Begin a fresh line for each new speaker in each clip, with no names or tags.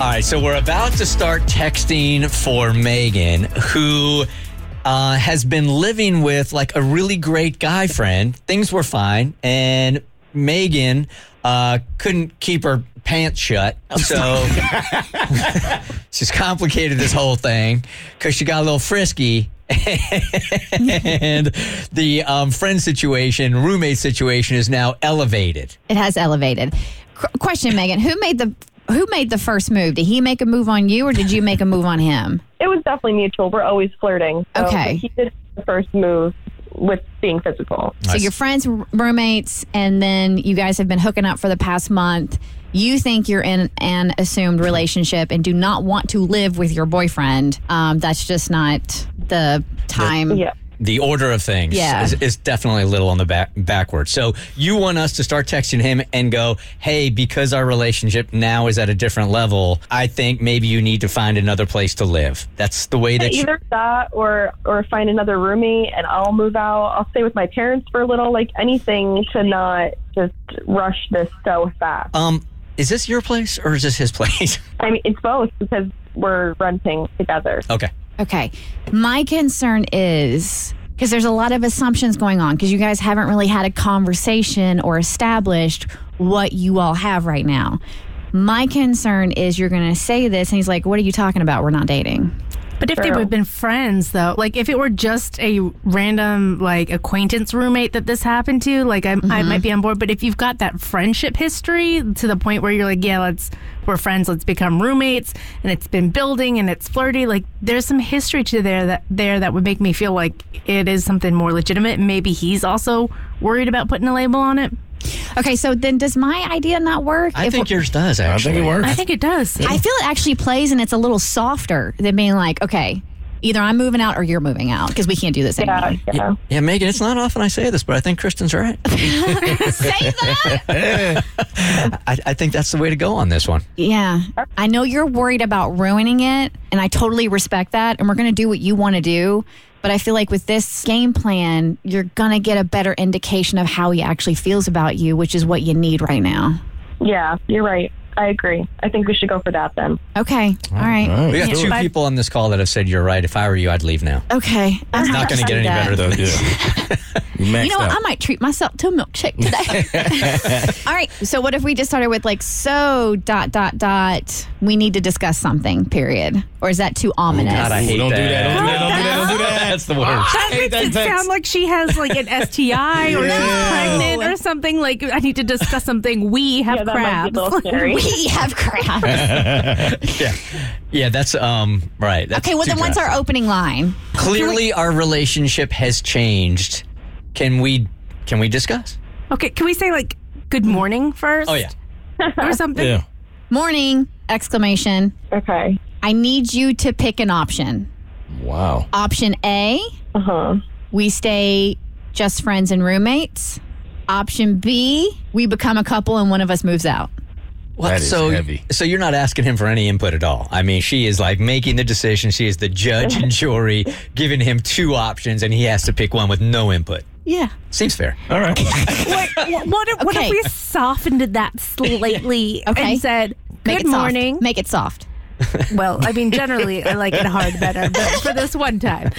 right, so we're about to start texting for Megan, who uh, has been living with like a really great guy friend. Things were fine, and Megan uh, couldn't keep her pants shut. So she's complicated this whole thing because she got a little frisky. and the um, friend situation, roommate situation is now elevated.
It has elevated. Qu- question, Megan, who made the who made the first move? Did he make a move on you, or did you make a move on him?
It was definitely mutual. We're always flirting. So,
Okay.
but He did the first move with being physical.
So your friends, r- roommates, and then you guys have been hooking up for the past month. You think you're in an assumed relationship and do not want to live with your boyfriend. Um, that's just not the time.
Yeah.
the order of things
Yeah.
is, is definitely a little on the back backwards. So you want us to start texting him and go, "Hey, because our relationship now is at a different level, I think maybe you need to find another place to live." That's the way that you,
Either that or or find another roomie and I'll move out. I'll stay with my parents for a little, like anything to not just rush this so fast.
um is this your place or is this his place?
I mean, it's both because we're renting together.
okay.
Okay. My concern is because there's a lot of assumptions going on because you guys haven't really had a conversation or established what you all have right now. My concern is you're going to say this, and he's like, What are you talking about? We're not dating.
But if they
True.
would have been friends, though, like if it were just a random like acquaintance roommate that this happened to, like I, I might be on board. But if you've got that friendship history to the point where you're like, yeah, let's we're friends, let's become roommates, and it's been building and it's flirty. Like there's some history to there that there that would make me feel like it is something more legitimate. and Maybe he's also worried about putting a label on it.
Okay, so then does my idea not work?
I
If-
think yours does
I
actually.
think it works.
I think it does.
I feel it actually plays and it's a little softer than being like, okay, either I'm moving out or you're moving out because we can't do this anymore.
Uh, Yeah, yeah.
Yeah, Megan, it's not often I say this, but I think Kristen's right.
Say that.
I, I think that's the way to go on this one.
Yeah. I know you're worried about ruining it, and I totally respect that. And we're going to do what you want to do. But I feel like with this game plan, you're going to get a better indication of how he actually feels about you, which is what you need right now.
yeah, you're right. I agree. I think we should go for that then.
Okay. All right.
All
We
right.
got
do
two
it.
people on this call that have said you're right. If I were you, I'd leave now.
Okay. I'm
Not going to get any better than this.
You maxed
You know what?
out.
I might treat myself to a milkshake today. All right. So, what if we just started with like, so dot dot dot? We need to discuss something. Period. Or is that too ominous?
God, I hate
Don't do that. Don't do that. Don't do that. Don't do that.
That's the worst.
That
hate
makes
that
it
text.
sound like she has like an STI or she's pregnant or something. Like I need to discuss something. We have
yeah, that might
crabs.
be a little scary.
we have crabs.
Yeah, yeah, that's um right. That's
okay. Well,
too
then what's
drastic.
our opening line?
clearly our relationship has changed? Can we can we discuss?
Okay, can we say like good morning first?
Oh yeah,
or something.
Yeah.
Morning! Exclamation.
Okay.
I need you to pick an option.
Wow.
Option A:
Uh huh.
We stay just friends and roommates. Option B: We become a couple and one of us moves out.
What?
That is
so
heavy.
so you're not asking him for any input at all. I mean, she is like making the decision. She is the judge and jury, giving him two options, and he has to pick one with no input.
Yeah.
Seems fair.
All right.
What, what, what if, what
Okay.
if we softened that slightly
Okay.
and said
Make
good
it soft.
morning?
Make it soft.
Well, I mean, generally, I like it hard better, but for this one time,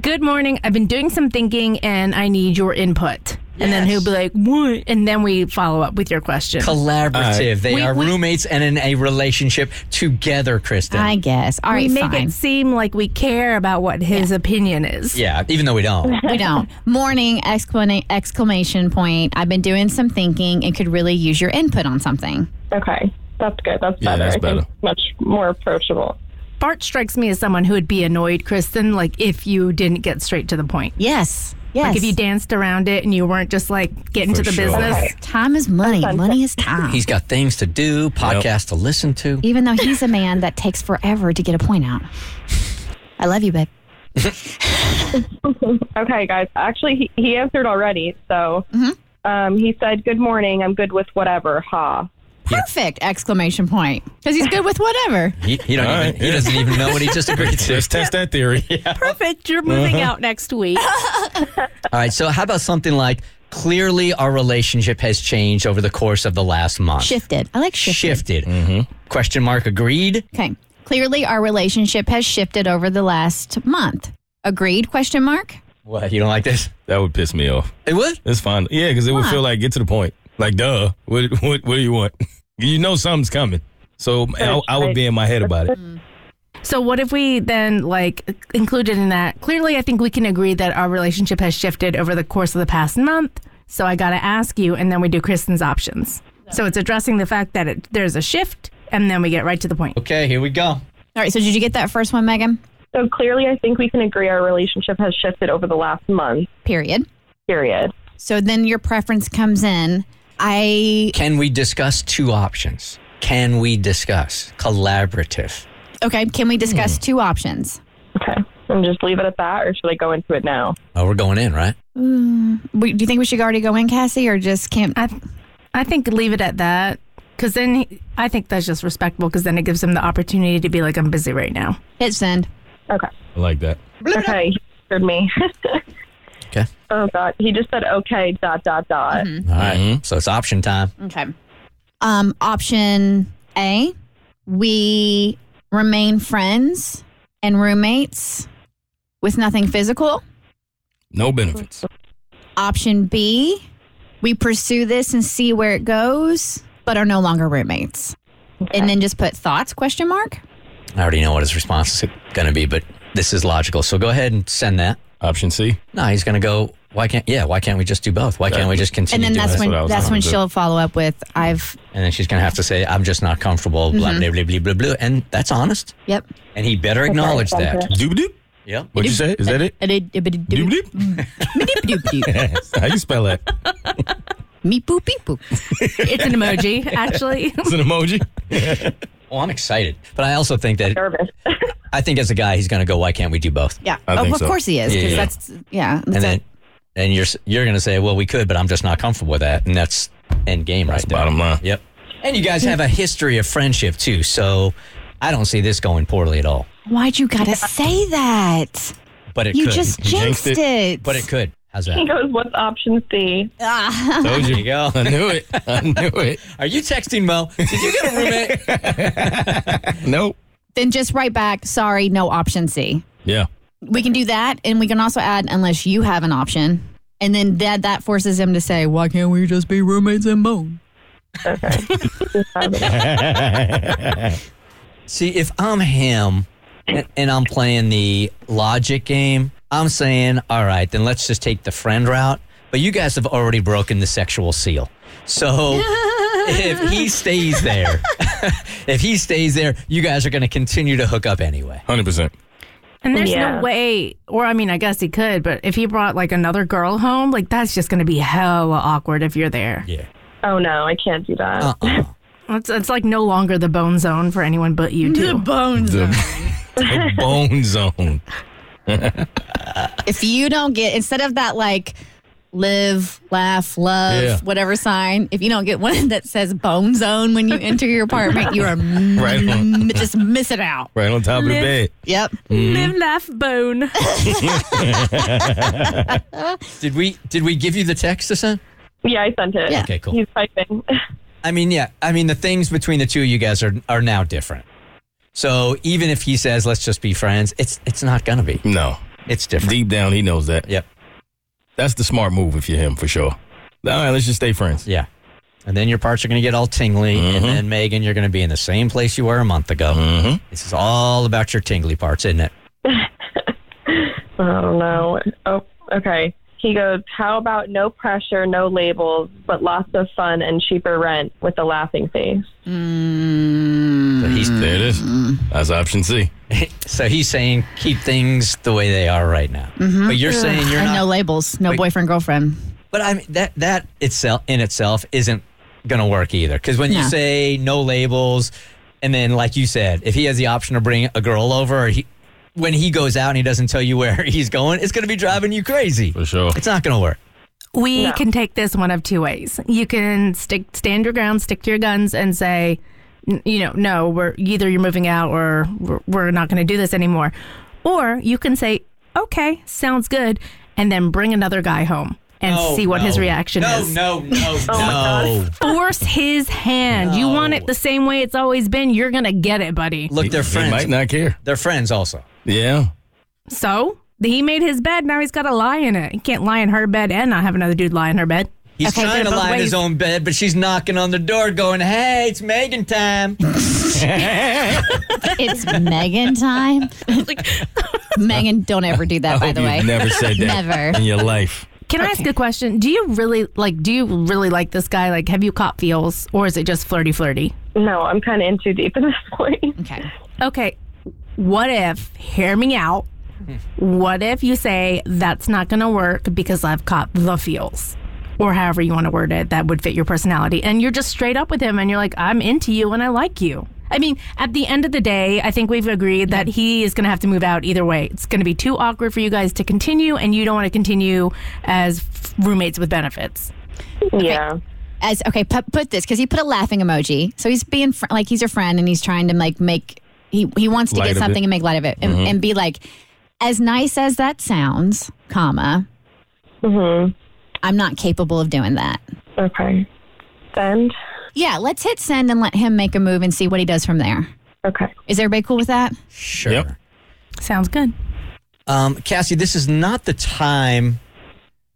good morning. I've been doing some thinking and I need your input. And then he'll be like, what? And then we follow up with your question.
Collaborative. they
We-
are
we-
roommates and in a relationship together, Kristen.
I guess. All
we
right.
make
fine.
it seem like we care about what his opinion is.
yeah, even though we don't.
We don't. Morning exclama- exclamation point. I've been doing some thinking and could really use your input on something.
Okay. That's good. That's
Yeah,
better.
that's
I think
better.
it's much more approachable.
Bart strikes me as someone who would be annoyed, Kristen, like if you didn't get straight to the point.
Yes. Yes.
Like if you danced around it and you weren't just like getting
For
to the
sure.
business.
Time is money. Money is time.
He's got things to do, podcasts to listen to.
Even though he's a man that takes forever to get a point out. I love you, babe.
Okay, guys. Actually, he, he answered already. So um, he said, Good morning. I'm good with whatever. Ha.
Perfect! Exclamation point. Because he's good with whatever.
He, he don't
All
even,
right,
he
yeah.
doesn't even know what he just agreed to.
Let's test that theory.
Perfect. You're moving out next week.
All right, so how about something like clearly our relationship has changed over the course of the last month.
Shifted. I like shifted.
Shifted. Question mark agreed.
Okay. Clearly, our relationship has shifted over the last month. Agreed? Question mark.
What? You don't like this?
That would piss me off.
It would.
It's fine. Yeah, because it would feel like get to the point. Like, duh. What what, what do you want? You know something's coming. So I, I would be in my head about it.
So what if we then like included in that? Clearly, I think we can agree that our relationship has shifted over the course of the past month. So I got to ask you, and then we do Kristen's options. So it's addressing the fact that it, there's a shift, and then we get right to the point.
Okay, here we go.
All right. So, did you get that first one, Megan?
So clearly, I think we can agree our relationship has shifted over the last month,
Period.
period.
So then your preference comes in. I
Can we discuss two options? Can we discuss collaborative?
okay. Can we discuss two options?
Okay. And just leave it at that, or should I go into it now?
Oh, we're going in, right?
We, do you think we should already go in, Cassie, or just can't?
I, I think leave it at that. Because then he, I think that's just respectable. Because then it gives him the opportunity to be like, I'm busy right now.
Hit send.
Okay.
I like that.
Okay. He heard me.
Okay.
oh, God. He just said, okay, dot, dot, dot.
Mm-hmm.
All right. So it's option time.
Okay. Um, option A, we remain friends and roommates with nothing physical.
No benefits.
Option B, we pursue this and see where it goes, but are no longer roommates. And then just put thoughts question mark.
I already know what his response is going to be, but this is logical. So go ahead and send that.
Option C.
No, he's going to go. Why can't? Yeah, why can't we just do both? Why can't we just
And
continue?
then
doing
that's
this?
when
what I was
that's
gonna
when
do.
she'll follow up with I've
and then she's going to have to say, "I'm just not comfortable." Blah blah blah blah blah. blah. And that's honest.
yep.
And he better acknowledge that.
Doop doop.
Yep.
What'd you say? Is that it? Doop
Meep
doop. How you spell that?
boop beep boop.
It's an emoji, actually.
It's an emoji.
Well, I'm excited, but I also think that
Nervous.
I think as a guy, he's going to go, "Why can't we do both?"
Yeah.
I
Oh,
think
of
so.
course he is
Yeah,
because
yeah.
that's yeah. That's
and
a-
then and you're you're gonna say, well, we could, but I'm just not comfortable with that, and that's end game right there.
bottom line.
Yep. And you guys have a history of friendship too, so I don't see this going poorly at all.
Why'd you gotta say that?
But it
You
could.
just
jinxed
jinxed
it.
it.
but it could. How's
He
that?
goes, what's option C?
Ah,
Told
There
you.
you go.
I knew it. I knew it.
Are you texting Mo? Did you get a roommate?
Nope.
then just write back. Sorry, no option C.
Yeah.
We can do that, and we can also add unless you have an option, and then that that forces him to say, "Why can't we just be roommates and bone?"
see, if I'm him and, and I'm playing the logic game, I'm saying, all right, then let's just take the friend route. But you guys have already broken the sexual seal, so. if he stays there, if he stays there, you guys are going to continue to hook up anyway.
Hundred percent.
And there's
Yeah.
no way, or I mean, I guess he could, but if he brought like another girl home, like that's just going to be hella awkward if you're there.
Yeah.
Oh, no, I can't do that.
Uh-uh.
It's, it's like no longer the bone zone for anyone but you two.
bones.
The, the bone zone.
If you don't get instead of that like live, laugh, love,
Yeah.
whatever sign, if you don't get one that says bone zone when you enter your apartment, you are
Right on.
m- just miss it out.
Right on top of the
Live.
bed.
Yep.
Live, laugh, bone.
Did we did we give you the text to send?
Yeah, I sent it.
Yeah.
Okay, cool.
He's typing.
I mean, yeah. I mean, the things between the two of you guys are are now different. So even if he says let's just be friends, it's it's not going to be.
No.
It's different.
Deep down, he knows that.
Yep.
That's the smart move if you're him for sure. All right, let's just stay friends.
Yeah. And then your parts are going to get all tingly, and then Megan, you're going to be in the same place you were a month ago.
Mm-hmm.
This is all about your tingly parts, isn't it?
Oh no. Oh, okay. He goes, How about no pressure, no labels, but lots of fun and cheaper rent with a laughing face?
So he he's
There it is. That's option C.
so he's saying keep things the way they are right now. But you're saying you're
and
not.
no labels, no boyfriend, girlfriend.
but I mean that that itself in itself isn't going to work either. Because when you
No.
say no labels, and then like you said, if he has the option to bring a girl over, or he, when he goes out and he doesn't tell you where he's going, it's going to be driving you crazy.
For sure.
It's not going to work.
We can take this one of two ways. You can stick, stand your ground, stick to your guns, and say, n- you know, no, we're either you're moving out or we're, we're not going to do this anymore. Or you can say, okay, sounds good, and then bring another guy home and
No,
see what his
no.
reaction
no,
is. Oh
No, no, no, no.
Force his hand. You want it the same way it's always been. You're going to get it, buddy.
Look, they're
He- He might
friends.
not care.
They're friends also.
Yeah.
So he made his bed. Now he's got to lie in it. He can't lie in her bed and not have another dude lie in her bed.
He's
Okay,
trying to
they're both
lie in his
ways.
own bed, but she's knocking on the door going, hey, it's Megan time.
It's Megan time. Megan, don't ever do that, by
Hope
the
you've
way.
never said that
Never.
in your life.
Can I ask a question? Do you really like? Do you really like this guy? Like, have you caught feels, or is it just flirty, flirty?
No, I'm kind of in too deep at this point.
Okay.
Okay, what if? Hear me out. What if you say that's not going to work because I've caught the feels, or however you want to word it that would fit your personality, and you're just straight up with him, and you're like, I'm into you and I like you. I mean, at the end of the day, I think we've agreed that he is going to have to move out either way. It's going to be too awkward for you guys to continue, and you don't want to continue as f- roommates with benefits.
Yeah.
As okay, put, put this because he put a laughing emoji. So he's being fr- like he's your friend and he's trying to like make he he wants to
Light of
get
it. Mm-hmm.
something and make light of it and, and be like, as nice as that sounds, comma,
Mm-hmm.
Mhm.
I'm not capable of doing that.
Okay. Send.
Yeah, let's hit send and let him make a move and see what he does from there.
Okay.
Is everybody cool with that?
Sure.
Yep.
Sounds good.
Um, Cassie, this is not the time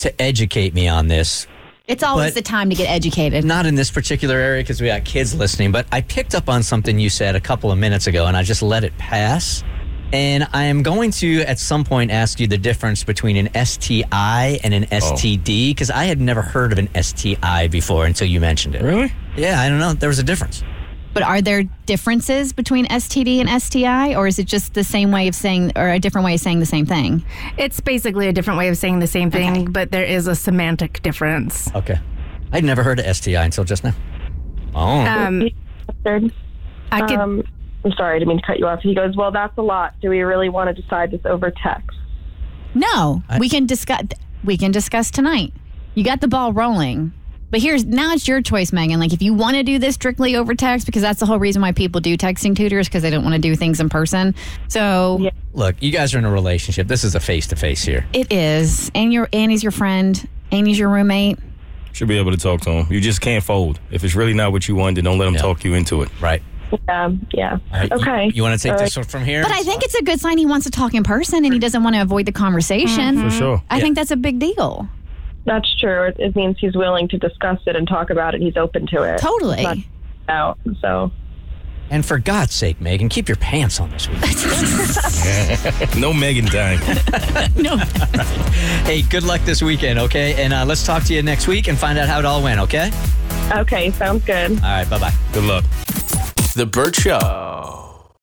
to educate me on this.
It's
But-
always the time to get educated.
Not in this particular area because we got kids listening, but I picked up on something you said a couple of minutes ago and I just let it pass. And I am going to at some point ask you the difference between an STI and an STD because I had never heard of an STI before until you mentioned it.
Really?
Yeah, I don't know. There was a difference.
But are there differences between STD and STI, or is it just the same way of saying, or a different way of saying the same thing?
It's basically a different way of saying the same thing, but there is a semantic difference.
Okay. I'd never heard of STI until just now. Oh.
Um,
Third.
I could.
Um, I'm sorry, I didn't mean to cut you off. He goes, Well, that's a lot. Do we really want to decide this over text?
No, we can discuss. We can discuss tonight. You got the ball rolling. But here's now it's your choice, Megan. Like if you want to do this strictly over text, because that's the whole reason why people do texting tutors because they don't want to do things in person. So
Look, you guys are in a relationship. This is a face to face here.
it is, and your and he's your friend, and he's your roommate.
Should be able to talk to him. You just can't fold. If it's really not what you want, then don't let him
Yeah.
talk you into it.
Right.
Yeah. Um, Yeah.
All right, you-
okay.
You, want to take
All
this one from here?
But I think it's a good sign he wants to talk in person and he doesn't want to avoid the conversation.
For sure.
I think that's a big deal.
That's true. It, it means he's willing to discuss it and talk about it. He's open to it.
Totally.
Not out. So
And for God's sake, Megan, keep your pants on this week.
No Megan time.
hey, good luck this weekend, okay? And uh, let's talk to you next week and find out how it all went, okay?
okay, sounds good.
All right, bye bye.
Good luck.
The Burt Show.